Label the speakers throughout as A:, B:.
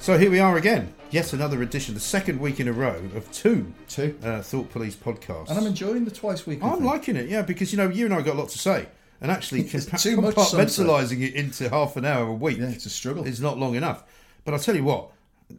A: So here we are again. Yet another edition, the second week in a row of two
B: Two.
A: uh, Thought Police podcasts.
B: And I'm enjoying the twice weekly.
A: I'm
B: thing.
A: liking it, yeah, because you know you and I got a lot to say, and actually
B: It's
A: compa-
B: too much
A: compartmentalising it into half an hour a week
B: Yeah, it's a struggle.
A: is not long enough. But I'll tell you what,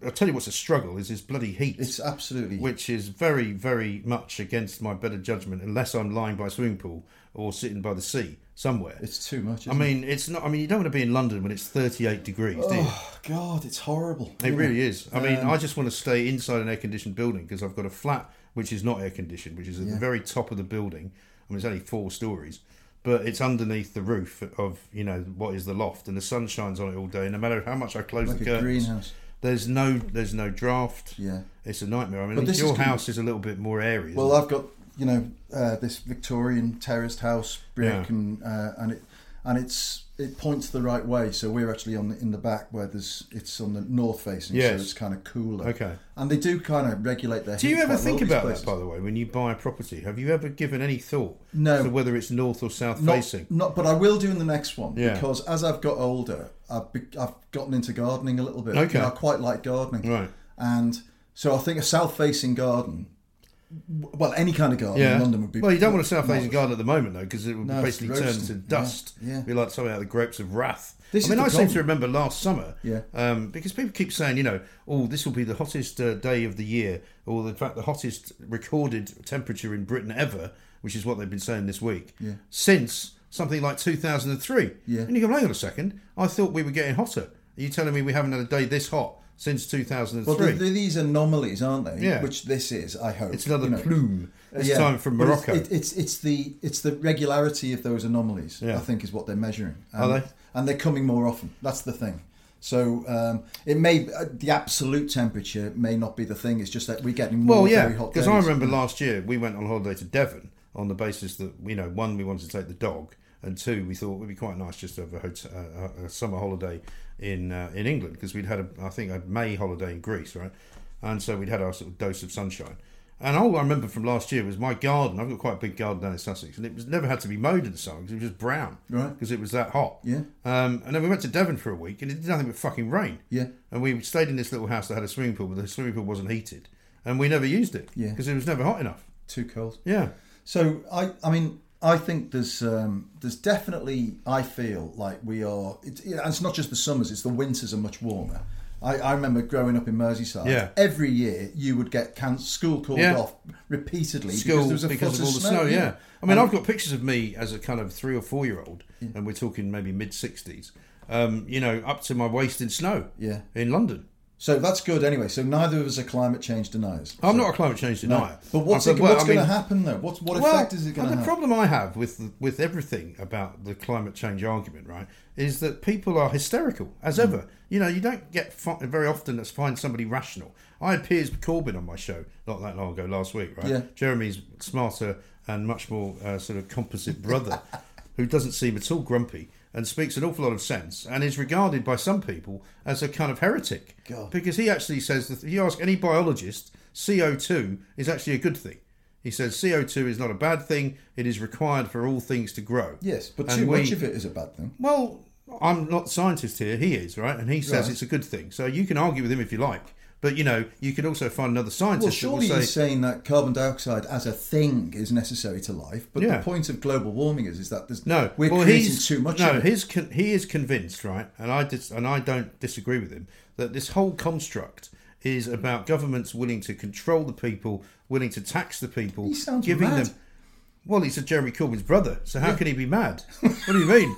A: I'll tell you what's a struggle is this bloody heat,
B: It's absolutely.
A: which is very, very much against my better judgment, unless I'm lying by a swimming pool or sitting by the sea somewhere.
B: It's too much.
A: I
B: isn't it?
A: mean, it's not. I mean, you don't want to be in London when it's 38 degrees, do you?
B: oh God, it's horrible.
A: It
B: isn't
A: really is. I mean,
B: Um,
A: I just want to stay inside an air conditioned building because I've got a flat which is not air conditioned, which is at the
B: Yeah.
A: very top of the building. I mean, it's only four stories, but it's underneath the roof of you know what is the loft, and the sun shines on it all day. No matter how much I close
B: Like
A: the
B: a
A: curtains,
B: greenhouse.
A: there's no there's no draft.
B: Yeah.
A: it's a nightmare. I mean,
B: But
A: at least
B: this
A: your
B: is good.
A: house is a little bit more airy.
B: Well,
A: isn't
B: I've got you know uh, this Victorian terraced house brick,
A: Yeah.
B: and uh, and it and it's it points the right way. So we're actually on the, in the back where there's it's on the north facing,
A: Yes.
B: so it's kind of cooler.
A: Okay.
B: And they do kind of regulate their.
A: it? do you
B: heat
A: ever
B: quite well,
A: think
B: these
A: about
B: places.
A: that, by the way, when you buy a property? Have you ever given any thought
B: No.
A: to whether it's north or south
B: not,
A: facing?
B: Not, but I will do in the next one
A: Yeah.
B: because as I've got older, I've, be, I've gotten into gardening a little bit.
A: Okay.
B: You know, I quite like gardening.
A: Right.
B: And so I think a south-facing garden, w- well, any kind of garden
A: Yeah.
B: in London would be.
A: well, you don't want a South
B: not-
A: Asian garden at the moment, though, because it would
B: No, it's
A: basically turn
B: roasting.
A: to
B: Yeah,
A: dust.
B: yeah.
A: Be like something out of the grapes of wrath. I
B: This is
A: mean,
B: the
A: I seem
B: problem.
A: to remember last summer,
B: Yeah.
A: um, because people keep saying, you know, oh, this will be the hottest uh, day of the year, or in fact, the hottest recorded temperature in Britain ever, which is what they've been saying this week,
B: Yeah.
A: since something like 2003.
B: Yeah.
A: And you go, hang on a second, I thought we were getting hotter. Are you telling me we haven't had a day this hot since 2003?
B: Well, th th- these anomalies, aren't they?
A: Yeah.
B: Which this is, I hope.
A: it's another
B: you know. uh,
A: plume, this
B: Yeah.
A: time from
B: But it's-
A: Morocco.
B: it- It's, it's the it's the regularity of those anomalies.
A: Yeah.
B: I think is what they're measuring. And,
A: Are they?
B: And they're coming more often. That's the thing. So um, it may uh, the absolute temperature may not be the thing. It's just that we're getting more
A: Well, yeah,
B: very hot
A: because I
B: days.
A: remember last year we went on holiday to Devon on the basis that you know one we wanted to take the dog and two we thought it would be quite nice just to have a, hotel, a, a summer holiday in uh, in England because we'd had a, I think a May holiday in Greece right and so we'd had our sort of dose of sunshine and all I remember from last year was my garden I've got quite a big garden down in Sussex and it was never had to be mowed in the summer because it was just brown
B: Right.
A: because it was that hot
B: Yeah.
A: um, and then we went to Devon for a week and it did nothing but fucking rain
B: Yeah.
A: and we stayed in this little house that had a swimming pool, but the swimming pool wasn't heated, and we never used it
B: Yeah.
A: because it was never hot enough.
B: too cold.
A: Yeah,
B: So I, I mean, I think there's um, there's definitely. I feel like we are. It's, yeah, and it's not just the summers; it's the winters are much warmer. I, I remember growing up in Merseyside.
A: Yeah.
B: Every year you would get can- school called
A: Yeah.
B: off repeatedly
A: school
B: because,
A: because,
B: there was a foot
A: of all the snow. yeah. I mean, I've got pictures of me as a kind of three or four year old, and we're talking maybe mid sixties. Um, you know, up to my waist in snow.
B: Yeah.
A: in London.
B: So that's good anyway. So neither of us are climate change deniers.
A: I'm
B: So-
A: not a climate change
B: No.
A: denier.
B: But what's,
A: I
B: it,
A: said, well,
B: what's
A: I
B: going to
A: mean,
B: happen though? What's, what effect is it going to
A: the
B: have?
A: problem I have with with everything about the climate change argument, right, is that people are hysterical as
B: Mm.
A: ever. You know, you don't get fi- very often that's find somebody rational. I had Piers Corbyn on my show not that long ago last week, right?
B: Yeah.
A: Jeremy's smarter and much more uh, sort of composite brother, who doesn't seem at all grumpy and speaks an awful lot of sense and is regarded by some people as a kind of heretic
B: God.
A: because he actually says that if you ask any biologist, CO2 is actually a good thing. He says CO2 is not a bad thing. It is required for all things to grow.
B: Yes, but
A: And
B: too
A: we-
B: much of it is a bad thing.
A: Well, I'm not scientist here. He is right, and he says
B: Right.
A: it's a good thing. So you can argue with him if you like, but you know you could also find another scientist.
B: Well,
A: that will
B: surely
A: say,
B: you're saying that carbon dioxide as a thing is necessary to life, but
A: Yeah.
B: the point of global warming is is that there's
A: No,
B: we're
A: well,
B: creating
A: he's,
B: too much.
A: No,
B: of it.
A: his con- he is convinced, right? And I dis- and I don't disagree with him that this whole construct is about governments willing to control the people, willing to tax the people,
B: He sounds
A: giving
B: mad.
A: them. Well, he's a Jeremy Corbyn's brother, so how can he be mad? What do you mean?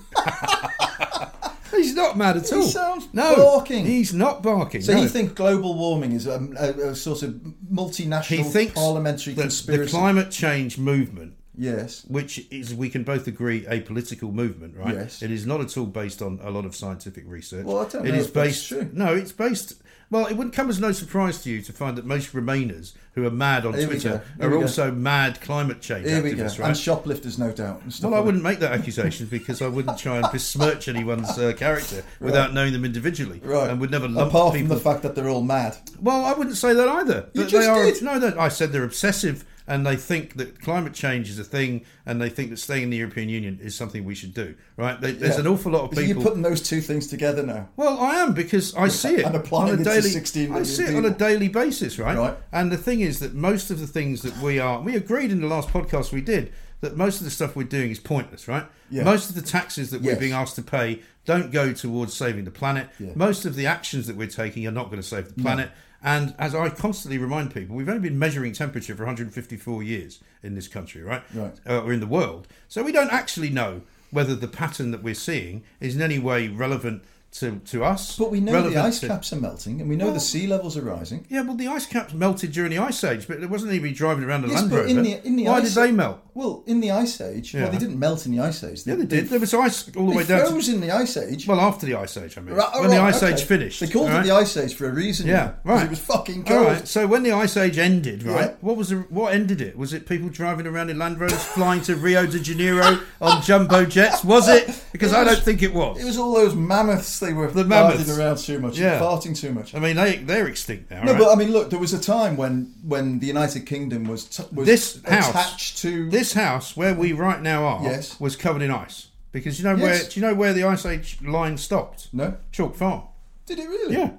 A: he's not mad at
B: He
A: all.
B: sounds
A: no,
B: barking.
A: He's not barking.
B: So
A: no.
B: you think global warming is um, a, a sort of multinational
A: he thinks
B: parliamentary
A: that
B: conspiracy?
A: the climate change movement
B: yes.
A: which is we can both agree a political movement, right?
B: Yes.
A: It is not at all based on a lot of scientific research.
B: Well, I don't
A: It
B: know
A: is
B: if that's
A: based.
B: true.
A: No, it's based. Well, it wouldn't come as no surprise to you to find that most Remainers who are mad on
B: Here we
A: Twitter
B: go. Here
A: are
B: we go.
A: also mad climate change
B: Here we go.
A: activists,
B: And
A: right?
B: shoplifters, no doubt. and stuff
A: well, I
B: like
A: wouldn't make that accusation because I wouldn't try and besmirch anyone's uh, character without knowing them individually,
B: that. Right.
A: and would never lump
B: Apart
A: people.
B: from the fact that they're all mad.
A: Well, I wouldn't say that either.
B: You
A: That
B: just did.
A: No, that I said they're obsessive and they think that climate change is a thing and they think that staying in the European Union is something we should do. Right? There- There's
B: Yeah.
A: an awful lot of
B: So
A: people.
B: You're putting those two things together now.
A: well, I am because I see it
B: And applying
A: on
B: it
A: a
B: to
A: daily.
B: 16
A: I
B: million
A: see it on a
B: people.
A: daily basis, right?
B: Right.
A: And the thing is that most of the things that we are, we agreed in the last podcast we did that most of the stuff we're doing is pointless, right?
B: Yeah.
A: Most of the taxes that we're
B: Yes.
A: being asked to pay don't go towards saving the planet. Most of the actions that we're taking are not going to save the planet. And as I constantly remind people, we've only been measuring temperature for 154 years in this country, right?
B: Right.
A: Uh, or in the world. So we don't actually know whether the pattern that we're seeing is in any way relevant to, to us.
B: But we know the
A: relevant
B: ice
A: to-
B: caps are melting, and we know the sea levels are rising.
A: yeah, well, the ice caps melted during the ice age, but there wasn't anybody driving around a
B: Yes,
A: Land
B: but
A: Rover.
B: in the- in the
A: Why
B: ice-
A: did they melt?
B: Well, in the ice age,
A: Yeah.
B: well, they didn't melt in the ice age.
A: Yeah, they did. There was ice all the
B: They
A: way down.
B: froze
A: To,
B: in the ice age.
A: well, after the ice age, I mean,
B: Right, oh,
A: when the
B: right,
A: ice
B: okay.
A: age finished.
B: They called
A: alright?
B: it the ice age for a reason.
A: Yeah, right.
B: It was fucking
A: All
B: cold.
A: right, So when the ice age ended, right?
B: Yeah.
A: What was the, what ended it? Was it people driving around in Land Rovers, flying to Rio de Janeiro on jumbo jets? Was it? Because
B: It
A: I
B: was-
A: don't think it was.
B: It was all those mammoths they were
A: The
B: the
A: mammoths.
B: around too much,
A: Yeah.
B: and farting too much.
A: I mean, they they're extinct now.
B: no,
A: right?
B: but I mean, look, there was a time when when the United Kingdom was t- was
A: this house
B: attached to
A: this house where we right now are
B: um, Yes.
A: was covered in ice because you know where
B: Yes.
A: do you know where the ice age line stopped
B: No.
A: chalk farm
B: Did it really?
A: yeah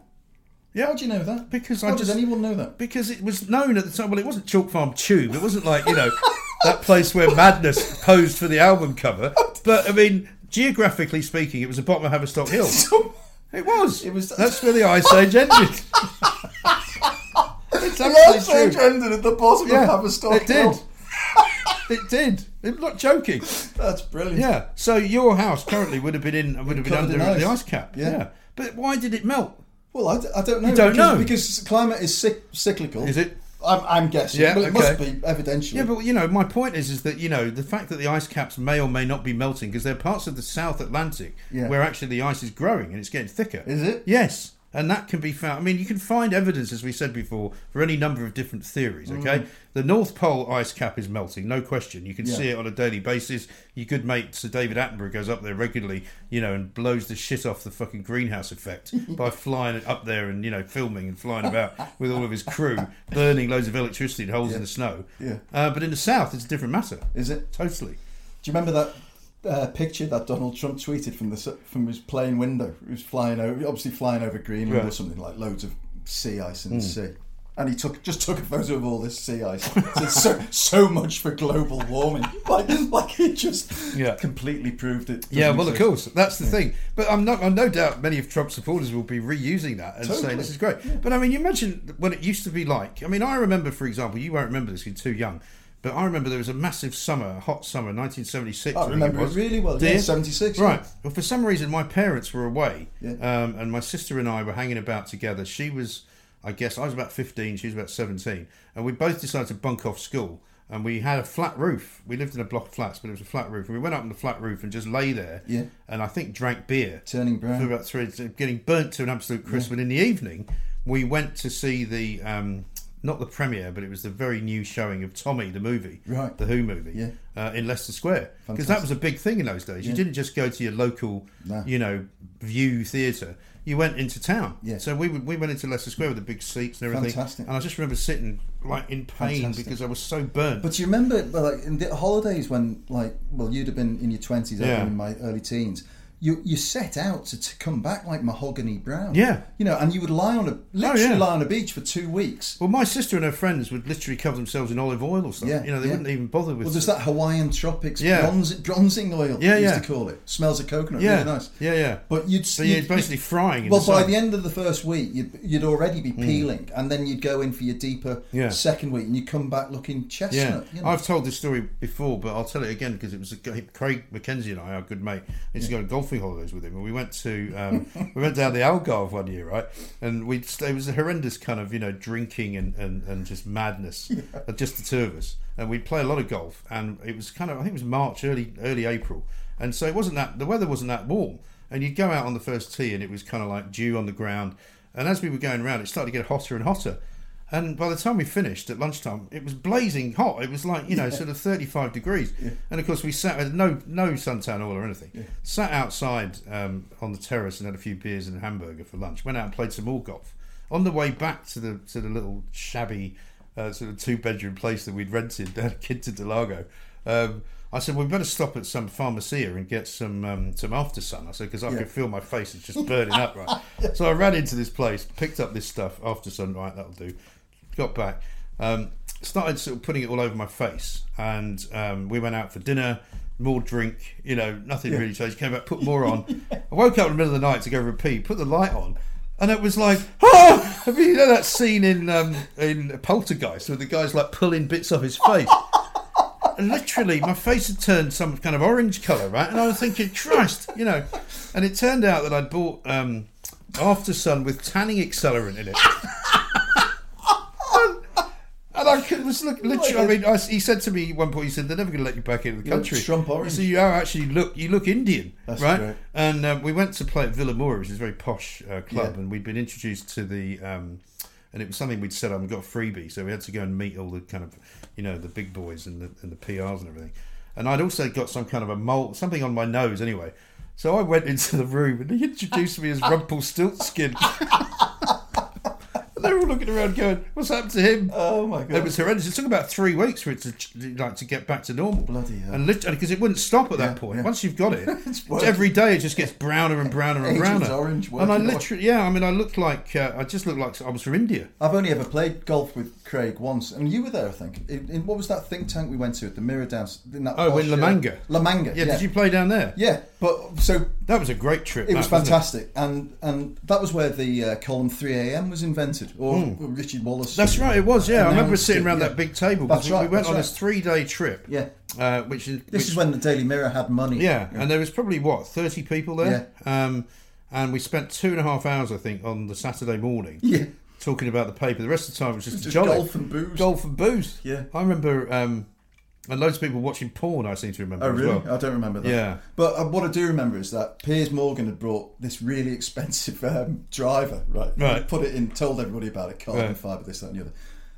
A: yeah
B: How do you know that?
A: Because I
B: How does
A: just-
B: anyone know that?
A: because it was known at the time well it wasn't chalk farm tube it wasn't like you know that place where madness posed for the album cover but i mean geographically speaking it was the bottom of haverstock hill it was
B: It was-
A: that's where the ice age ended it's
B: The
A: absolutely
B: ice age
A: true.
B: ended at the bottom
A: Yeah,
B: of Haverstock
A: it did.
B: Hill.
A: it did i'm not joking
B: That's brilliant.
A: Yeah. So your house currently would have been in would have been
B: Covered
A: under
B: in
A: the ice
B: ice.
A: cap. Yeah.
B: Yeah.
A: But why did it melt?
B: Well, I, d- I don't know.
A: You don't
B: because,
A: know.
B: because climate is cyc- cyclical.
A: Is it?
B: I'm, I'm guessing.
A: Yeah,
B: Well, it must
A: okay.
B: be evidentially.
A: Yeah, but you know, my point is, is that you know the fact that the ice caps may or may not be melting because there are parts of the South Atlantic
B: Yeah.
A: where actually the ice is growing and it's getting thicker.
B: Is it?
A: Yes, and that can be found. I mean, you can find evidence, as we said before, for any number of different theories.
B: Mm.
A: Okay, the North Pole ice cap is melting, no question. You can see it on a daily basis. Your good mate Sir David Attenborough goes up there regularly, you know, and blows the shit off the fucking greenhouse effect by flying up there and you know filming and flying about with all of his crew, burning loads of electricity and holes in the snow.
B: Yeah.
A: Uh, but in the south, it's a different matter.
B: Is it?
A: Totally.
B: Do you remember that uh, picture that Donald Trump tweeted from the s- from his plane window? He was flying over, obviously flying over Greenland or
A: Right. Hmm.
B: something like loads of sea ice in the sea. And he took just took a photo of all this sea ice. Said, so so much for global warming. Like like he just
A: Yeah.
B: completely proved it. doesn't
A: Yeah, well, of
B: exist.
A: course, that's the thing. But I'm not, I'm no doubt many of Trump's supporters will be reusing that and saying
B: Totally.
A: this is great. But I mean, you imagine what it used to be like. I mean, I remember, for example, you won't remember this; you're too young. But I remember there was a massive summer, a hot summer, 1976.
B: I
A: think
B: remember it
A: was.
B: really well,
A: Do
B: yeah,
A: you?
B: 76,
A: Right.
B: yeah.
A: Well, for some reason, my parents were away,
B: Yeah.
A: um, and my sister and I were hanging about together. She was, I guess, I was about 15, she was about 17, and we both decided to bunk off school. And we had a flat roof. We lived in a block of flats, but it was a flat roof. And we went up on the flat roof and just lay there.
B: Yeah.
A: And I think drank beer.
B: Turning brown.
A: For about three, getting burnt to an absolute crisp. And in the evening, we went to see the, um, not the premiere, but it was the very new showing of Tommy, the movie.
B: Right.
A: The Who movie.
B: Yeah.
A: Uh, in Leicester Square. Because that was a big thing in those days. You didn't just go to your local,
B: No.
A: you know, view theatre. You went into town.
B: Yeah.
A: So we would- we went into Leicester Square with the big seats and everything.
B: Fantastic.
A: And I just remember sitting like in pain
B: Fantastic.
A: because I was so burnt.
B: But do you remember, well, like in the holidays when, like, well, you'd have been in your twenties, I'd
A: Yeah.
B: been in my early teens. you you set out to, to come back like mahogany brown.
A: Yeah. Oh,
B: you know, and you would lie on a literally
A: yeah.
B: lie on a beach for two weeks.
A: Well, my sister and her friends would literally cover themselves in olive oil or something.
B: Yeah,
A: you know, they
B: yeah.
A: wouldn't even bother with.
B: Well, there's
A: it.
B: that Hawaiian tropics
A: Yeah.
B: bronze, bronzing oil.
A: Yeah,
B: they used
A: yeah.
B: to call it. Smells of coconut.
A: Yeah,
B: really nice.
A: yeah, yeah.
B: But you'd
A: So you're basically frying in
B: well,
A: the
B: by
A: sun. Hmm.
B: the end of the first week, you'd, you'd already be peeling, and then you'd go in for your deeper
A: Yeah.
B: second week, and you come back looking chestnut.
A: Yeah,
B: you know.
A: I've told this story before, but I'll tell it again because it was a guy- Craig McKenzie and I, our good mate, used to go on golfing holidays with him, and we went to um, we went down the Algarve one year, right? And we it was a horrendous kind of you know drinking and and, and just madness, uh, just the two of us, and we'd play a lot of golf, and it was kind of I think it was March, early early April, and so it wasn't that the weather wasn't that warm, and you'd go out on the first tee, and it was kind of like dew on the ground, and as we were going around, it started to get hotter and hotter. And by the time we finished at lunchtime, it was blazing hot. It was like you know, sort of thirty-five degrees. And of course, we sat with no no suntan oil or anything. Sat outside um, on the terrace and had a few beers and a hamburger for lunch. Went out and played some more golf. On the way back to the to the little shabby uh, sort of two-bedroom place that we'd rented uh, down at Kinta del Lago, um, I said we better stop at some pharmacia and get some um, some after sun. I said because I could feel my face is just burning up. Right. So I ran into this place, picked up this stuff after sun. Right, that'll do got back, um, started sort of putting it all over my face, and um, we went out for dinner, more drink, you know, nothing really changed. Came back, put more on. I woke up in the middle of the night to go for a pee, put the light on. And it was like, oh, have you you know that scene in um, in Poltergeist where the guy's like pulling bits off his face? literally my face had turned some kind of orange colour, right? And I was thinking, Christ, you know. And it turned out that I'd bought um, After Sun with tanning accelerant in it. And I could, was
B: Oh
A: look, literally. I mean, I, he said to me at one point, he said, "They're never going to let you back into the country."
B: Trump orange.
A: So you are actually look, you look Indian, right?
B: great.
A: And um, we went to play at Villa Moura, which is a very posh uh, club, and we'd been introduced to the. Um, and it was something we'd set up and got a freebie, so we had to go and meet all the kind of, you know, the big boys and the, and the PRs and everything. And I'd also got some kind of a mole, something on my nose anyway. So I went into the room and he introduced me as Rumpelstiltskin. And they were all looking around going, "What's happened to him?"
B: Oh, my God.
A: It was horrendous. It took about three weeks for it to ch- like to get back to normal.
B: Bloody hell.
A: And literally, because it wouldn't stop at that point. Once you've got it,
B: working.
A: every day it just gets browner and browner and
B: Agent
A: browner.
B: Orange
A: and I
B: working
A: literally, yeah, I mean, I looked like uh, I just looked like I was from India.
B: I've only ever played golf with Craig once, and you were there, I think. In, in what was that think tank we went to at the Mirror Dance? In that
A: Oh,
B: posh,
A: in La
B: uh,
A: Manga.
B: La Manga.
A: Yeah,
B: Yeah.
A: Did you play down there?
B: Yeah, but so
A: That was a great trip.
B: it
A: that,
B: was
A: wasn't
B: fantastic, and and that was where the uh, column 3 a.m. was invented, or Richard Wallace.
A: Hmm. That's right. It was. Yeah, I remember
B: announced
A: sitting
B: it,
A: around
B: yeah.
A: that big table. 'cause
B: That's
A: we,
B: right.
A: we went
B: that's
A: on
B: right.
A: this three-day trip.
B: Yeah.
A: Uh, which is
B: This
A: which-
B: is when the Daily Mirror had money.
A: Yeah, and there was probably what thirty people there. Um, and we spent two and a half hours, I think, on the Saturday morning.
B: Yeah.
A: Talking about the paper. The rest of the time was just,
B: Just
A: jolly.
B: golf and booze.
A: Golf and booze.
B: Yeah.
A: I remember, um, and loads of people watching porn. I seem to remember.
B: Oh,
A: as
B: really?
A: well.
B: I don't remember that.
A: Yeah.
B: But uh, what I do remember is that Piers Morgan had brought this really expensive um, driver, right?
A: Right.
B: And put it in, told everybody about it, carbon
A: Right.
B: fibre, this, that, and the other.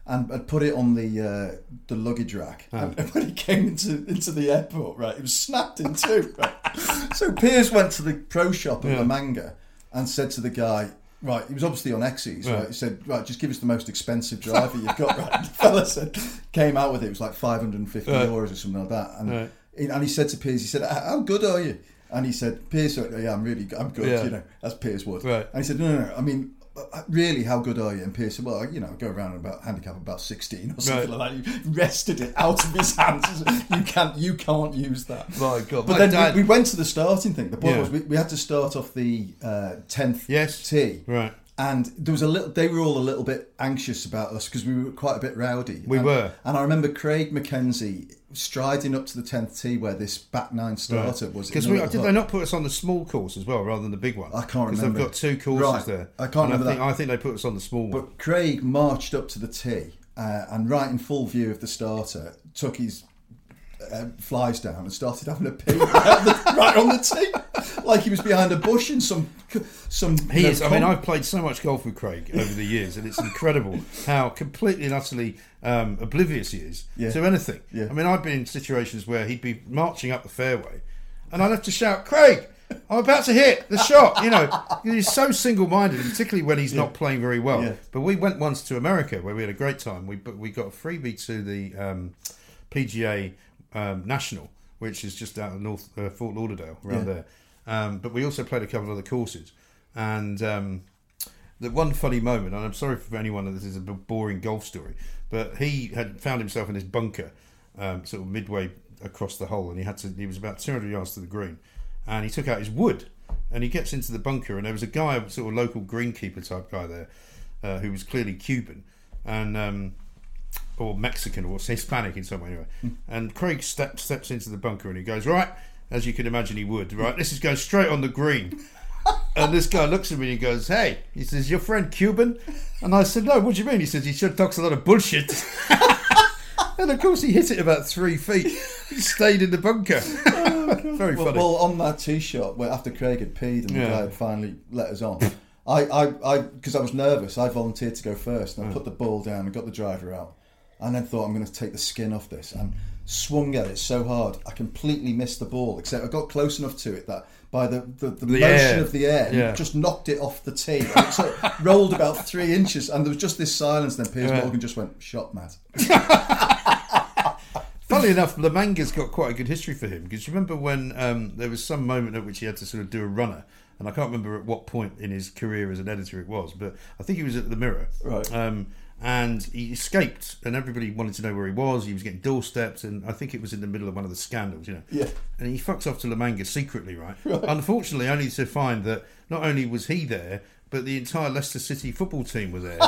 B: And I'd put it on the uh, the luggage rack. And when it came into into the airport, right, it was snapped in two. Right? so Piers went to the pro shop at La Manga and said to the guy, right, he was obviously on exes, right? He said, right, just give us the most expensive driver you've got, right? And the fella said, came out with it, it was like 550 euros or something like that. And he, and he said to Piers, he said, "How- how good are you? And he said, Piers, oh, yeah, I'm really, good. I'm good,
A: Yeah.
B: you know, as Piers would.
A: Right.
B: And he said, no, no, no, I mean, uh, really, how good are you? And Piers said, well, you know, I go around about handicap about 16 or something
A: Right.
B: like that. He wrested it out of his hands. He said, you can't, you can't use that.
A: My God,
B: But
A: my
B: then
A: dad-
B: we, we went to the starting thing. The point
A: Yeah.
B: was we, we had to start off the uh, 10th
A: Yes.
B: tee.
A: Right.
B: And there was a little. They were all a little bit anxious about us because we were quite a bit rowdy.
A: We
B: And-
A: were.
B: And I remember Craig McKenzie striding up to the tenth tee where this back nine starter was.
A: Because
B: in
A: we
B: the
A: did
B: little
A: they
B: hut.
A: not put us on the small course as well, rather than the big one?
B: I can't
A: Because
B: remember.
A: they've got two courses
B: Right.
A: there.
B: I can't
A: And
B: remember
A: I think,
B: that.
A: I think they put us on the small one.
B: But Craig marched up to the tee uh, and, right in full view of the starter, took his um, flies down and started having a pee right, on the, right on the tee, like he was behind a bush in some some. you
A: He
B: know,
A: is. I mean,
B: con-
A: I've played so much golf with Craig over the years, and it's incredible how completely and utterly um, oblivious he is
B: Yeah.
A: to anything.
B: Yeah.
A: I mean, I've been in situations where he'd be marching up the fairway, and I'd have to shout, "Craig, I'm about to hit the shot." You know, he's so single-minded, and particularly when he's not playing very well.
B: Yeah.
A: But we went once to America where we had a great time. We but we got a freebie to the um, PGA um, National, which is just out of North uh, Fort Lauderdale around
B: Yeah.
A: there. Um, but we also played a couple of other courses, and um, the one funny moment, and I'm sorry for anyone that this is a b- boring golf story, but he had found himself in his bunker, um, sort of midway across the hole, and he had to. He was about 200 yards to the green, and he took out his wood, and he gets into the bunker, and there was a guy, a sort of local greenkeeper type guy there, uh, who was clearly Cuban, and. Um, or Mexican or Hispanic in some way anyway. And Craig step, steps into the bunker and he goes, Right, as you can imagine he would, right, this is going straight on the green. And this guy looks at me and he goes, Hey, he says, Your friend Cuban? And I said, No, what do you mean? He says, He sure talks a lot of bullshit. and of course he hit it about three feet. He stayed in the bunker. Very
B: Well,
A: funny.
B: well, on that tee shot, where after Craig had peed and the
A: Yeah.
B: guy had finally let us on, I, I, I, because I was nervous, I volunteered to go first, and I put the ball down and got the driver out, and then thought I'm going to take the skin off this, and swung at it so hard I completely missed the ball, except I got close enough to it that by the the, the, motion
A: air.
B: of the air,
A: Yeah.
B: just knocked it off the tee, and it sort of rolled about three inches, and there was just this silence. Then Piers Morgan just went, "Shot, Matt."
A: Funnily enough, the manga's got quite a good history for him because you remember when um, there was some moment at which he had to sort of do a runner, and I can't remember at what point in his career as an editor it was, but I think he was at the Mirror,
B: Right.
A: Um, and he escaped, and everybody wanted to know where he was. He was getting doorstepped, and I think it was in the middle of one of the scandals, you know.
B: Yeah.
A: And he fucks off to La Manga secretly, right? Unfortunately, only to find that not only was he there, but the entire Leicester City football team were there.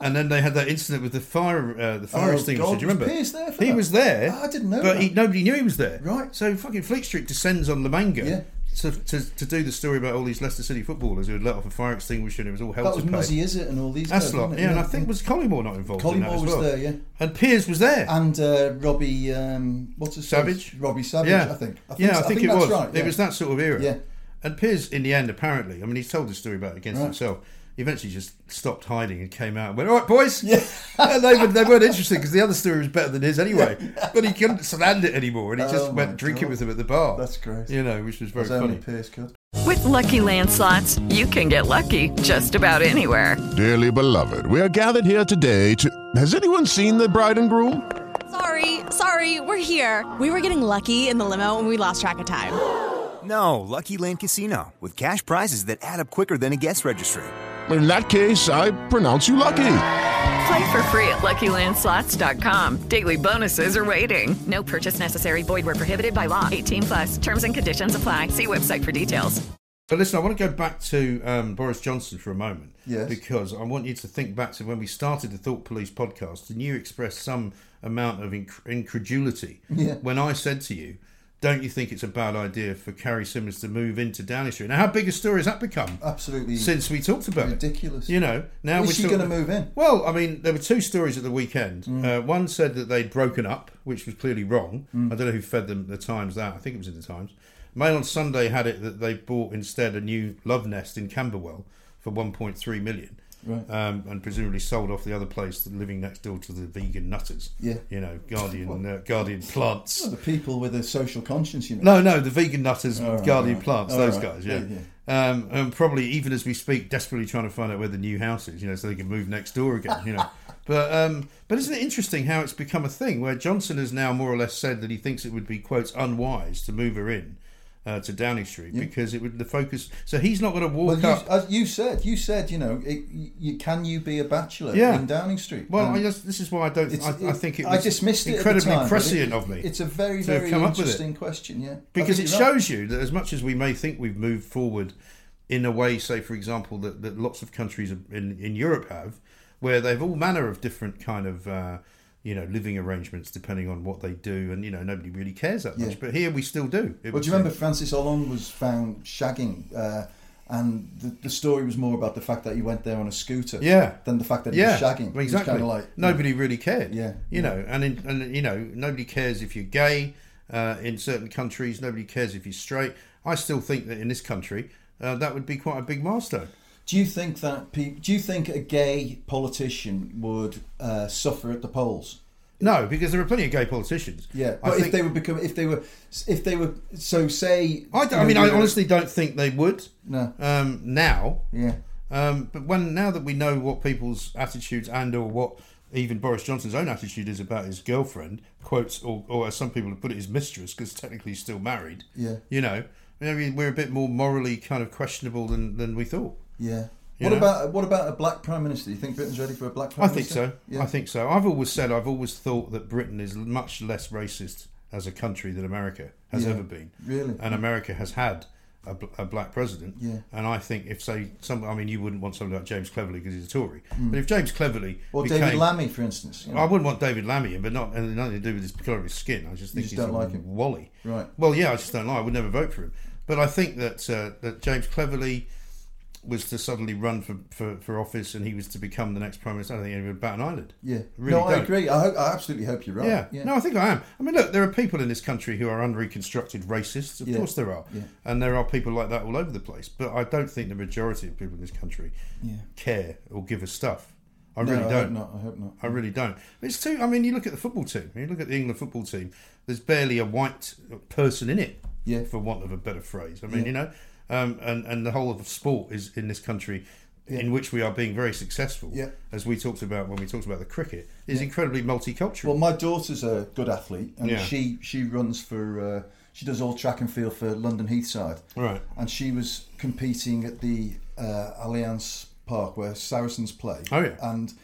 A: and then they had that incident with the fire, uh, the fire
B: Oh,
A: extinguisher.
B: God,
A: Do you remember?
B: was Pearce there for
A: he
B: that?
A: was there.
B: Oh, I didn't know
A: But
B: that.
A: He, nobody knew he was there.
B: Right.
A: So fucking Fleet Street descends on La Manga.
B: Yeah.
A: To, to, to do the story about all these Leicester City footballers who had let off a fire extinguisher and it was all hell
B: That
A: to
B: was
A: pay.
B: Muzzy, is it, and all these. guys,
A: That's lot,
B: wasn't it?
A: yeah, and I think was Collymore not involved? in that
B: Collymore
A: as
B: was
A: well?
B: there, yeah.
A: and Piers was there.
B: and uh, Robbie, um, what's his
A: Savage?
B: name? Robbie Savage,
A: yeah,
B: I think. I think
A: yeah, I think, it
B: that's
A: was.
B: Right, yeah.
A: It was that sort of era.
B: Yeah.
A: and Piers, in the end, apparently, I mean, he's told this story about it against himself. He eventually just stopped hiding and came out and went, "All right, boys." Yeah, and they, were, they weren't interested because the other story was better than his anyway. But he couldn't stand it anymore, and he just
B: Oh,
A: went
B: my
A: drinking
B: God.
A: with them at the bar.
B: That's great.
A: You know, which was very
B: It's only
A: funny.
B: Pierce Cut.
C: With Lucky Land slots, you can get lucky just about anywhere.
D: Dearly beloved, we are gathered here today to. Has anyone seen the bride and groom?
E: Sorry, sorry, we're here. We were getting lucky in the limo and we lost track of time.
F: No, Lucky Land Casino with cash prizes that add up quicker than a guest registry.
D: In that case, I pronounce you lucky.
C: Play for free at LuckyLandSlots.com. Daily bonuses are waiting. No purchase necessary. Void were prohibited by law. 18 plus. Terms and conditions apply. See website for details.
A: But listen, I want to go back to um, Boris Johnson for a moment.
B: Yes.
A: Because I want you to think back to when we started the Thought Police podcast and you expressed some amount of inc- incredulity
B: Yeah.
A: when I said to you, don't you think it's a bad idea for Carrie Simmons to move into Downing Street? Now, how big a story has that become?
B: Absolutely
A: since we talked about
B: Uh, ridiculous.
A: it. You know, now
B: Is
A: we're
B: she
A: talking-
B: gonna move in? Mm.
A: Well, I mean, there were two stories at the weekend. Uh, one said that they'd broken up, which was clearly wrong. I don't know who fed them the Times that. I think it was in the Times. Mail on Sunday had it that they bought instead a new love nest in Camberwell for 1.3 million.
B: Right.
A: Um, and presumably sold off the other place, living next door to the vegan nutters.
B: Yeah.
A: you know, Guardian uh, Guardian plants.
B: The people with a social conscience, you know.
A: No, no, the vegan nutters, guardian plants,
B: All
A: those
B: right.
A: guys, yeah.
B: Yeah,
A: Um, and probably even as we speak, desperately trying to find out where the new house is, you know, so they can move next door again, you know. but um, but isn't it interesting how it's become a thing where Johnson has now more or less said that he thinks it would be quotes unwise to move her in uh, to Downing Street because it would the focus. So he's not going to
B: Well,
A: walk
B: you,
A: up.
B: as you said, you said, you know, it, you, can you be a bachelor
A: Yeah.
B: in Downing Street?
A: well,
B: And
A: I just, this is why I don't.
B: um, it's-
A: I, I think it
B: I
A: was
B: dismissed it at the
A: incredibly
B: time, but it-
A: prescient of me.
B: It's a very,
A: to have
B: very
A: come up with it.
B: interesting question, yeah. I
A: because it
B: think you're right.
A: shows you that as much as we may think we've moved forward in a way, say for example, that, that lots of countries in, in Europe have, where they've all manner of different kind of uh, you know living arrangements depending on what they do, and you know nobody really cares that much. But here we still do. It
B: Well,
A: would
B: do you remember Francis Hollande was found shagging, uh, and the, the story was more about the fact that he went there on a scooter,
A: Yeah.
B: than the fact that he
A: uh, yeah,
B: was shagging. It was
A: Exactly.
B: kind of like
A: nobody really cared.
B: Yeah,
A: You know, and in, and you know, nobody cares if you're gay. Uh, in certain countries, nobody cares if you're straight. I still think that in this country, uh, that would be quite a big milestone.
B: Do you think that people? Do you think a gay politician would uh, suffer at the polls?
A: No, because there are plenty of gay politicians.
B: Yeah,
A: I
B: but if
A: think-
B: they were become, if they were, if they were, so say.
A: I, don't- I
B: you
A: mean,
B: know,
A: I
B: we were-
A: honestly don't think they would.
B: No.
A: Um, now.
B: Yeah.
A: Um, but when now that we know what people's attitudes and or what even Boris Johnson's own attitude is about his girlfriend, quotes or, or as some people have put it, his mistress, because technically he's still married.
B: Yeah.
A: You know, I mean, we're a bit more morally kind of questionable than, than we thought.
B: Yeah.
A: You
B: What
A: know?
B: about what about a black prime minister? Do you think Britain's ready for a black
A: I
B: prime
A: think
B: minister?
A: so. I think so. I've always said, I've always thought that Britain is much less racist as a country than America has
B: Yeah,
A: ever been.
B: really.
A: And America has had a, bl- a black president.
B: Yeah.
A: And I think if, say, some, I mean, you wouldn't want somebody like James Cleverly because he's a Tory. But if James Cleverly.
B: Mm. Or
A: became,
B: David Lammy, for instance. you know?
A: I wouldn't want David Lammy in, but not and nothing to do with his colour of his skin. I just think
B: just
A: he's
B: don't
A: a
B: like him.
A: Wally.
B: Right.
A: Well, yeah, I just don't like. I would never vote for him. But I think that uh, that James Cleverly was to suddenly run for, for, for office and he was to become the next prime minister. I don't think anyone would bat an eyelid.
B: yeah.
A: I really
B: no, I
A: don't.
B: agree. I, hope, I absolutely hope you're right.
A: Yeah. No, I think I am. I mean, look, there are people in this country who are unreconstructed racists. Of
B: Yeah.
A: course there are.
B: Yeah.
A: And there are people like that all over the place. But I don't think the majority of people in this country care or give a stuff. I
B: No,
A: really
B: I hope
A: don't.
B: not. I hope not.
A: I really don't. It's too. I mean, you look at the football team. You look at the England football team. There's barely a white person in it.
B: Yeah.
A: For want of a better phrase, I mean, you know, um, and and the whole of sport is in this country, in which we are being very successful.
B: Yeah.
A: As we talked about when we talked about the cricket, is incredibly multicultural.
B: Well, my daughter's a good athlete, and
A: Yeah.
B: she she runs for uh, she does all track and field for London Heathside.
A: Right.
B: And she was competing at the uh, Allianz Park where Saracens play.
A: Oh, yeah.
B: And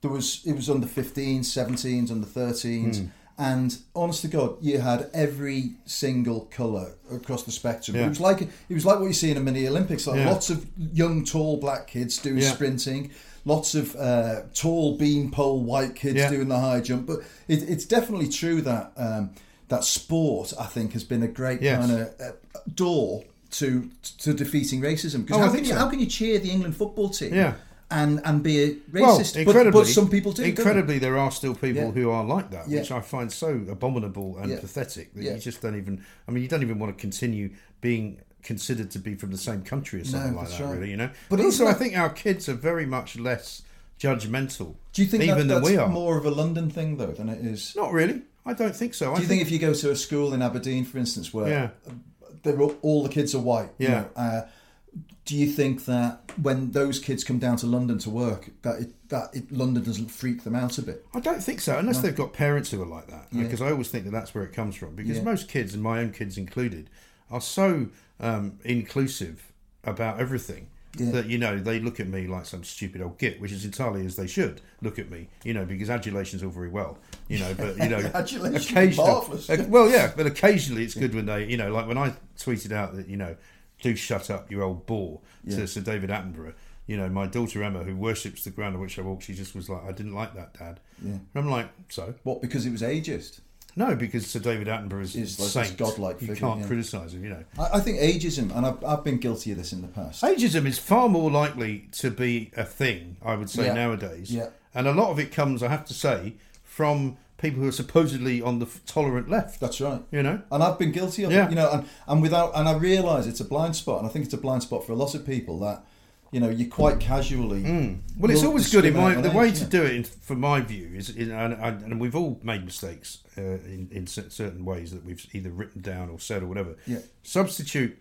B: there was it was under 15s, 17s, under 13s.
A: Hmm.
B: And honest to God, you had every single colour across the spectrum.
A: Yeah.
B: It was like it was like what you see in a mini Olympics. Like
A: Yeah.
B: lots of young, tall black kids doing
A: Yeah.
B: sprinting, lots of uh, tall beam pole white kids
A: Yeah.
B: doing the high jump. But it, it's definitely true that um, that sport, I think, has been a great
A: Yes.
B: kind of uh, door to to defeating racism. Because
A: Oh, I
B: how, can
A: think
B: you,
A: so.
B: how can you cheer the England football team
A: Yeah.
B: and and be a
A: Well,
B: racist? But-
A: incredibly,
B: but, some people do. don't they?
A: Incredibly, there are still people
B: Yeah.
A: who are like that,
B: Yeah.
A: which I find so abominable and
B: Yeah.
A: pathetic that
B: Yeah.
A: you just don't even. I mean, you don't even want to continue being considered to be from the same country or something like
B: that's
A: that.
B: right.
A: Really, you know.
B: But
A: But
B: isn't
A: also, I
B: that-
A: think our kids are very much less judgmental.
B: Do you think that-
A: even than
B: that's
A: we are?
B: more of a London thing though than it is?
A: Not really. I don't think so. I
B: Do you think if you go to a school in Aberdeen, for instance, where
A: Yeah.
B: they're all, all the kids are white, you
A: Yeah.
B: know, uh, do you think that when those kids come down to London to work, that it, that it, London doesn't freak them out a bit?
A: I don't think so, unless they've got parents who are like that. Because I always think that that's where it comes from. Because most kids, and my own kids included, are so um, inclusive about everything that you know they look at me like some stupid old git, which is entirely as they should look at me. You know, because adulation's all very well, you know, but you know,
B: Adulation's
A: occasionally,
B: marvellous.
A: uh, well, yeah, but occasionally it's good when they, you know, like when I tweeted out that you know, do shut up, you old bore, to Sir David Attenborough. You know, my daughter Emma, who worships the ground on which I walk, she just was like, I didn't like that, Dad. Yeah. And I'm like, so?
B: What, because it was ageist?
A: No, because Sir David Attenborough is
B: He's like this
A: saint.
B: godlike
A: You
B: figure,
A: can't
B: yeah.
A: criticise him, you know.
B: I, I think ageism, and I've, I've been guilty of this in the past.
A: Ageism is far more likely to be a thing, I would say,
B: Yeah.
A: nowadays.
B: Yeah.
A: And a lot of it comes, I have to say, from people who are supposedly on the f- tolerant left.
B: That's right.
A: You know?
B: and I've been guilty of
A: Yeah.
B: it. You know, and, and without, and I realise it's a blind spot, and I think it's a blind spot for a lot of people that, you know, you quite casually.
A: Hmm. Well, it's
B: will
A: always good in my
B: discriminate
A: the
B: on
A: way
B: age,
A: to
B: yeah.
A: do it, in, from my view, is in, and, and and we've all made mistakes uh, in in cer- certain ways that we've either written down or said or whatever.
B: Yeah.
A: Substitute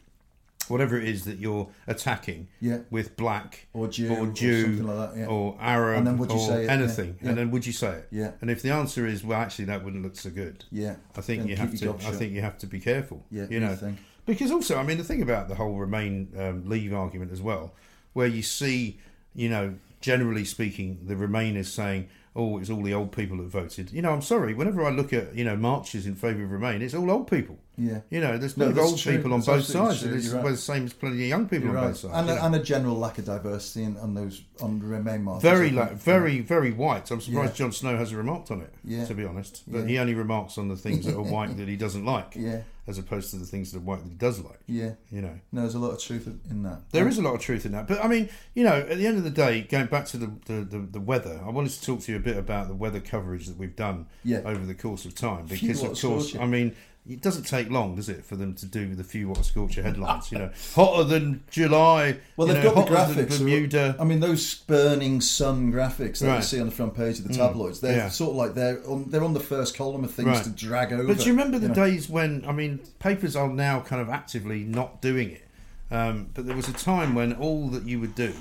A: whatever it is that you're attacking
B: Yeah.
A: with black
B: Or Jew
A: or
B: or
A: Jew
B: something like that, yeah.
A: or Arab
B: And then would you
A: or
B: say it? Yeah,
A: anything,
B: yeah.
A: and then would you say it?
B: Yeah.
A: And if the answer is well, actually, that wouldn't look so good.
B: Yeah.
A: I think
B: Then
A: you
B: keep
A: have to.
B: your
A: I
B: gob shut.
A: think you have to be careful.
B: Yeah,
A: You
B: you
A: know.
B: think.
A: Because also, I mean, the thing about the whole Remain um, Leave argument as well, where you see, you know, generally speaking, the Remainers saying, "Oh, it's all the old people that voted." You know, I'm sorry. Whenever I look at you know marches in favour of Remain, it's all old people.
B: Yeah.
A: You know, there's
B: No,
A: plenty of
B: that's
A: old
B: true.
A: people on
B: That's
A: both
B: absolutely
A: sides,
B: true.
A: and it's
B: You're right.
A: well, the same as plenty of young people on both sides.
B: And,
A: you
B: a,
A: know.
B: and a general lack of diversity in, on those on the Remain marches. I
A: very,
B: think.
A: like, very, very white. I'm surprised
B: Yeah.
A: Jon Snow hasn't remarked on it.
B: Yeah.
A: To be honest, but he only remarks on the things that are white that he doesn't like.
B: Yeah.
A: As opposed to the things that are white that he does like.
B: Yeah.
A: You know.
B: No, there's a lot of truth in that.
A: There is a lot of truth in that. But I mean, you know, at the end of the day, going back to the, the, the, the weather, I wanted to talk to you a bit about the weather coverage that we've done
B: Yeah.
A: over the course of time. Because,
B: watt
A: of course,
B: scorcher.
A: I mean, it doesn't take long, does it, for them to do the few watt scorcher headlines? You know, hotter than July.
B: Well,
A: you
B: they've
A: know,
B: got the
A: hotter than
B: graphics.
A: Bermuda.
B: I mean, those burning sun graphics that
A: Right. Hmm.
B: you see on the front page of the tabloids, they're
A: Yeah.
B: sort of like they're on, they're on the first column of things
A: Right.
B: to drag over.
A: But do you remember the days when I mean papers are now kind of actively not doing it, um, but there was a time when all that you would do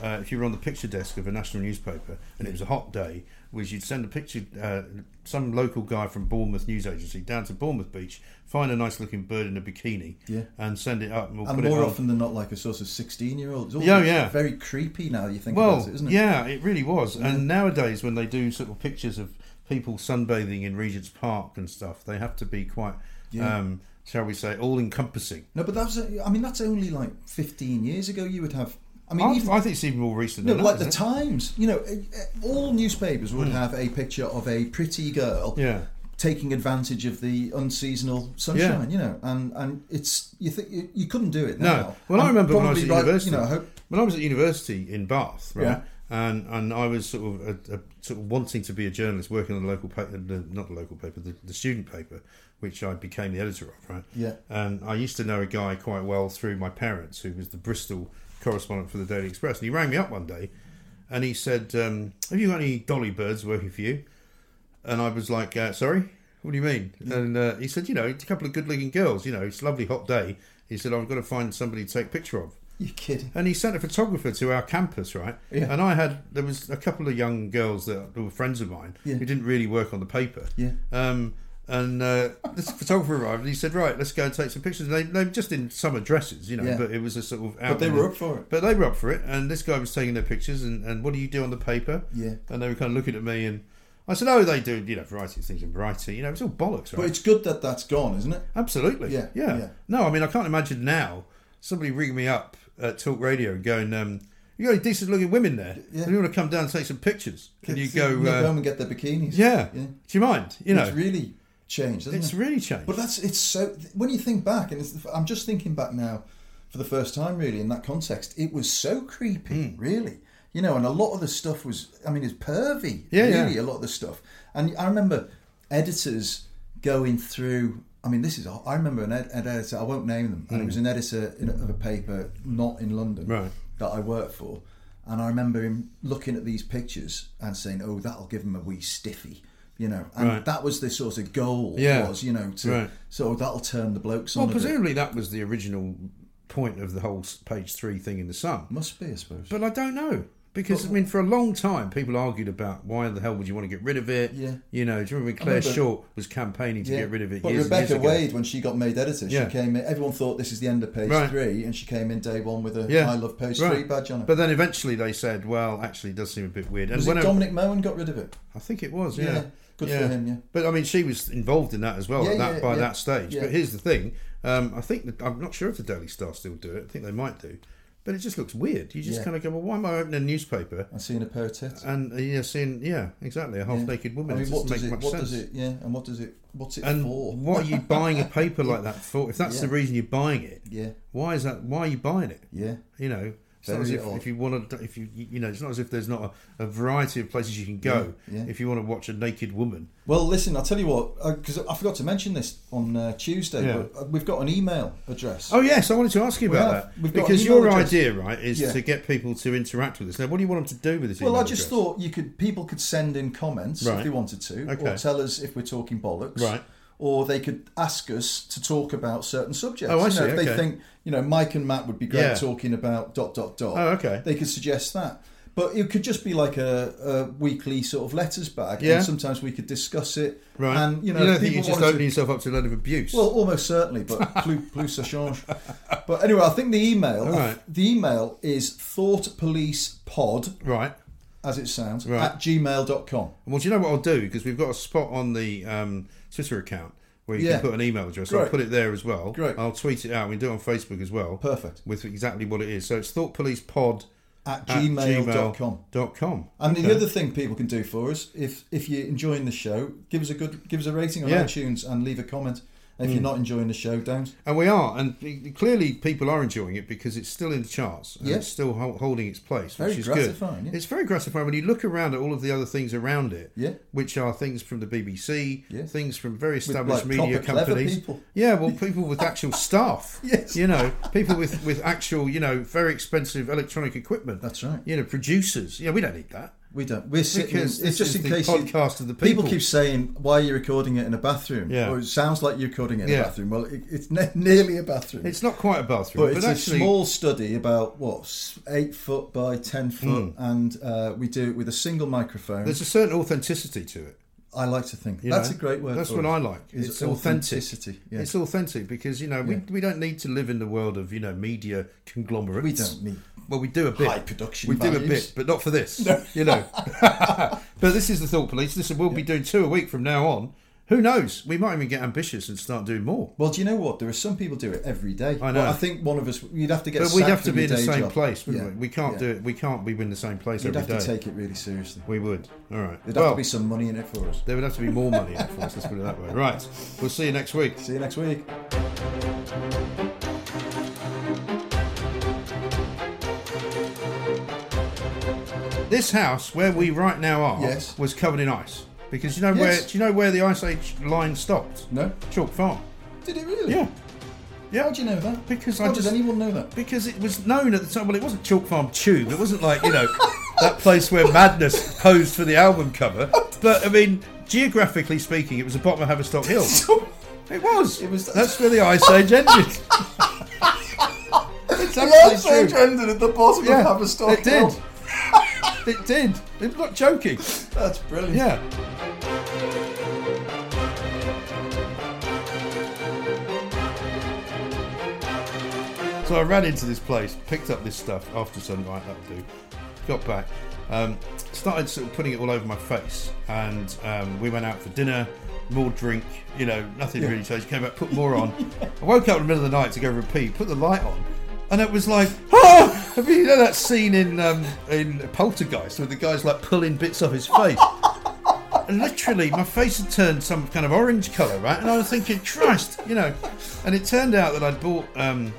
A: uh, if you were on the picture desk of a national newspaper and it was a hot day, was you'd send a picture, uh, some local guy from Bournemouth news agency down to Bournemouth Beach, find a nice looking bird in a bikini,
B: Yeah.
A: and send it up. And, we'll
B: And
A: put
B: more
A: it on.
B: often than not, like a sort of sixteen-year-old.
A: Yeah, yeah.
B: Very creepy now. You think
A: Well,
B: about it, isn't it?
A: yeah, it really was. And nowadays, when they do sort of pictures of people sunbathing in Regent's Park and stuff, they have to be quite, um, shall we say, all encompassing.
B: No, but that was. I mean, that's only like fifteen years ago. You would have. I mean,
A: I,
B: even,
A: I think it's even more recent.
B: No,
A: than
B: like
A: that,
B: the
A: isn't
B: Times. You know, eh, eh, all newspapers would have a picture of a pretty girl
A: Hmm. Yeah.
B: taking advantage of the unseasonal sunshine. You know, and and it's you think you, you couldn't do it
A: it?
B: now.
A: no. Well, I
B: And
A: remember when I was at
B: probably right-
A: university.
B: You know, I hope
A: When I was at university in Bath, right,
B: Yeah.
A: and and I was sort of a, a, sort of wanting to be a journalist, working on the local paper, the, not the local paper, the, the student paper, which I became the editor of, right?
B: Yeah.
A: And I used to know a guy quite well through my parents, who was the Bristol correspondent for the Daily Express, and he rang me up one day, and he said, um, "Have you got any dolly birds working for you?" And I was like, uh, sorry, what do you mean? And uh, he said, you know, it's a couple of good looking girls, you know, it's a lovely hot day. He said, I've got to find somebody to take a picture of.
B: you're kidding.
A: And he sent a photographer to our campus, right?
B: Yeah.
A: And I had, there was a couple of young girls that were friends of mine
B: Yeah.
A: who didn't really work on the paper.
B: Yeah.
A: Um, and uh, this photographer arrived and he said, right, let's go and take some pictures. And they, they were just in summer dresses, you know,
B: Yeah.
A: but it was a sort of.
B: But they were up for it.
A: But they were up for it. And this guy was taking their pictures and, and what do you do on the paper?
B: Yeah.
A: And they were kind of looking at me and I said, oh, they do, you know, variety of things in variety. You know, it's all bollocks, right?
B: But it's good that that's gone, isn't it?
A: Absolutely.
B: Yeah,
A: yeah.
B: yeah.
A: No, I mean, I can't imagine now somebody ringing me up at Talk Radio and going, um, you got any decent looking women there?
B: Yeah.
A: Do you want to come down and take some pictures? Can you
B: It's-
A: go, uh,
B: home and get their bikinis?
A: yeah.
B: yeah.
A: Do you mind? You know,
B: It's really changed, hasn't
A: it's
B: it?
A: really changed.
B: But that's it's so when you think back, and it's, I'm just thinking back now for the first time, really, in that context, it was so creepy,
A: Hmm.
B: really. You know, and a lot of the stuff was, I mean, it's pervy,
A: Yeah, yeah.
B: really, a lot of the stuff. And I remember editors going through. I mean, this is. I remember an, ed- an editor. I won't name them, and it was an editor in, of a paper not in London
A: Hmm. Right.
B: that I worked for. And I remember him looking at these pictures and saying, "Oh, that'll give him a wee stiffy," you know. And
A: Right.
B: that was the sort of goal
A: Yeah.
B: was, you know, to,
A: Right.
B: so that'll turn the blokes
A: well,
B: on. a bit.
A: presumably that was the original point of the whole s- page three thing in the Sun.
B: Must be, I suppose.
A: But I don't know. Because I mean, for a long time, people argued about why the hell would you want to get rid of it?
B: Yeah.
A: you know. Do you remember when Claire
B: remember-
A: Short was campaigning to
B: Yeah.
A: get rid of it?
B: But
A: years and years
B: Rebecca
A: ago?
B: Wade, when she got made editor,
A: Yeah.
B: she came in. Everyone thought this is the end of page
A: Right.
B: three, and she came in day one with a I
A: Yeah,
B: love page
A: right.
B: three badge on it.
A: But then eventually they said, "Well, actually, it does seem a bit weird." And
B: was
A: when
B: it
A: I-
B: Dominic Moen got rid of it?
A: I think it was, yeah.
B: Yeah, good for him, yeah.
A: But I mean, she was involved in that as well
B: Yeah,
A: at that,
B: yeah,
A: by
B: yeah,
A: that stage.
B: yeah.
A: But here's the thing: um, I think that, I'm not sure if the Daily Star still do it. I think they might do, but it just looks weird. You just
B: Yeah.
A: kind of go, "Well, why am I opening a newspaper?"
B: And seeing a pair of tits.
A: And uh, yeah, seeing yeah, exactly a half-naked woman.
B: I mean,
A: it
B: what
A: doesn't
B: does
A: make
B: it?
A: much
B: What
A: sense.
B: does it? Yeah, and what does it? What's it
A: and
B: for?
A: what are you buying a paper like that for? If that's the
B: Yeah.
A: reason you're buying it,
B: Yeah.
A: Why is that? Why are you buying it?
B: Yeah.
A: you know. It's not as
B: Very
A: if,
B: odd.
A: if you want to, if you you know, it's not as if there's not a, a variety of places you can go
B: Yeah, yeah.
A: if you want to watch a naked woman.
B: Well, listen, I'll tell you what, because I forgot to mention this on uh, Tuesday,
A: Yeah.
B: but uh, we've got an email address.
A: Oh yes, I wanted to ask you about
B: have.
A: that
B: We've got
A: because
B: an email
A: your
B: address.
A: idea, right, is
B: Yeah.
A: to get people to interact with us. Now, what do you want them to do with this?
B: Well,
A: email
B: I just
A: address?
B: thought you could people could send in comments
A: Right.
B: if they wanted to,
A: Okay.
B: or tell us if we're talking bollocks,
A: Right.
B: Or they could ask us to talk about certain subjects.
A: Oh, I
B: you know,
A: see,
B: If
A: okay.
B: they think you know Mike and Matt would be great
A: Yeah.
B: talking about dot dot dot.
A: Oh, okay.
B: They could suggest that. But it could just be like a, a weekly sort of letters bag,
A: Yeah.
B: and sometimes we could discuss it.
A: right.
B: And you know,
A: don't
B: if
A: think
B: people
A: you're just
B: wanted
A: opening yourself up to a load of abuse.
B: well, almost certainly, but plus, plus ça change. But anyway, I think the email,
A: All right.
B: the email is thoughtpolicepod,
A: right.
B: as it sounds,
A: Right.
B: at gmail.com.
A: Well, do you know what I'll do? Because we've got a spot on the um, Twitter account where you
B: Yeah.
A: can put an email address. I'll
B: Great.
A: put it there as well.
B: Great.
A: I'll tweet it out. We can do it on Facebook as well.
B: Perfect.
A: With exactly what it is. So it's Thought Police Pod
B: At gmail.com.
A: Dot com.
B: And the other thing people can do for us, if if you're enjoying the show, give us a good, give us a rating on
A: Yeah. Hmm.
B: iTunes and leave a comment. And if you're not enjoying the show, don't.
A: And we are, and clearly people are enjoying it because it's still in the charts and
B: Yeah.
A: it's still ho- holding its place,
B: Very
A: which is
B: gratifying,
A: good.
B: yeah.
A: It's very gratifying when you look around at all of the other things around it,
B: Yeah.
A: which are things from the BBC,
B: Yeah.
A: things from very established
B: like,
A: media
B: proper clever
A: companies.
B: people.
A: Yeah, well, people with actual staff.
B: Yes.
A: you know, people with with actual, you know, very expensive electronic equipment.
B: That's right.
A: You know, producers. Yeah, we don't need that.
B: We don't. We're sitting.
A: Because this
B: it's just
A: is
B: in
A: the
B: case
A: podcast of the
B: people
A: people.
B: keep saying why are you recording it in a bathroom.
A: Yeah.
B: Well, it sounds like you're recording it in
A: Yeah.
B: a bathroom. Well, it, it's ne- nearly a bathroom.
A: It's not quite a bathroom,
B: but
A: but,
B: it's
A: actually,
B: a small study about what s- eight foot by ten foot, and uh, we do it with a single microphone.
A: Hmm. there's a certain authenticity to it.
B: I like to think
A: you
B: that's
A: know?
B: a great word.
A: That's
B: for
A: what
B: it,
A: I like.
B: is
A: It's authentic.
B: authenticity. Yeah.
A: It's authentic because you know we, we don't need to live in the world of you know media conglomerates.
B: We don't need
A: Well, we do a bit.
B: high production
A: We do a
B: values.
A: bit, but not for this. You know. but this is the thought police. Listen, we'll be doing two a week from now on. Who knows? We might even get ambitious and start doing more.
B: well, do you know what? There are some people do it every day.
A: I know.
B: Well, I think one of us, you'd have to get.
A: But we'd
B: sacked
A: have to
B: from
A: be in
B: your
A: the
B: day
A: same
B: job.
A: place, wouldn't
B: Yeah,
A: we? We can't
B: yeah.
A: do it. We can't be in the same place
B: You'd
A: every day.
B: have to take it really seriously.
A: We would. All right.
B: There'd have
A: well,
B: to be some money in it for us.
A: there would have to be more money in it for us. Let's put it that way. Right. We'll see you next week.
B: See you next week.
A: This house where we right now are
B: Yes.
A: was covered in ice because you know where
B: Yes.
A: do you know where the ice age line stopped?
B: No.
A: Chalk Farm.
B: Did it really?
A: Yeah. Yeah.
B: How do you know that?
A: Because
B: How
A: I
B: does
A: just-
B: anyone know that?
A: Because it was known at the time. Well, it wasn't Chalk Farm Tube. It wasn't like you know that place where Madness posed for the album cover. But I mean, geographically speaking, it was the bottom of Haverstock Hill. It was.
B: It was-
A: That's where the ice age ended. it's absolutely true.
B: ended at the bottom
A: Yeah, it did. it did. I'm not joking.
B: That's brilliant.
A: Yeah. So I ran into this place, picked up this stuff after some right, that'll do. Got back, um, started sort of putting it all over my face, and um, we went out for dinner, more drink, you know, nothing really changed. Came back, put more on. I woke up in the middle of the night to go for a pee, put the light on, and it was like, ah! Have you you know that scene in um, in Poltergeist where the guy's like pulling bits off his face? literally my face had turned some kind of orange colour, right? And I was thinking, Christ, you know. And it turned out that I'd bought um,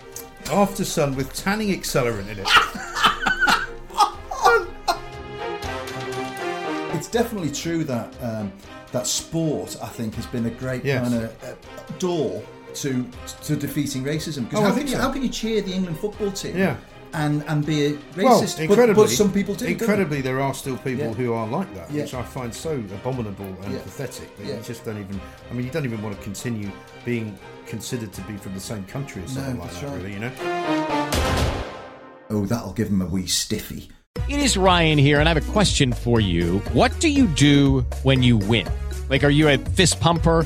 A: After Sun with tanning accelerant in it.
B: It's definitely true that um, that sport, I think, has been a great
A: Yes.
B: kind of uh, door to to defeating racism. Because
A: Oh, I
B: how, can
A: think
B: you,
A: so.
B: how can you cheer the England football team
A: Yeah.
B: and, and be a
A: Well,
B: racist? Oh, But-
A: incredibly,
B: but, some people do. don't they?
A: Incredibly, there are still people
B: Yeah.
A: who are like that,
B: Yeah.
A: which I find so abominable and
B: Yeah.
A: pathetic. That
B: Yeah.
A: You just don't even. I mean, you don't even want to continue being considered to be from the same country or something like
B: that's
A: that.
B: right.
A: Really, you know.
B: Oh, that'll give them a wee stiffy.
G: It is Ryan here, and I have a question for you. What do you do when you win? Like, are you a fist pumper?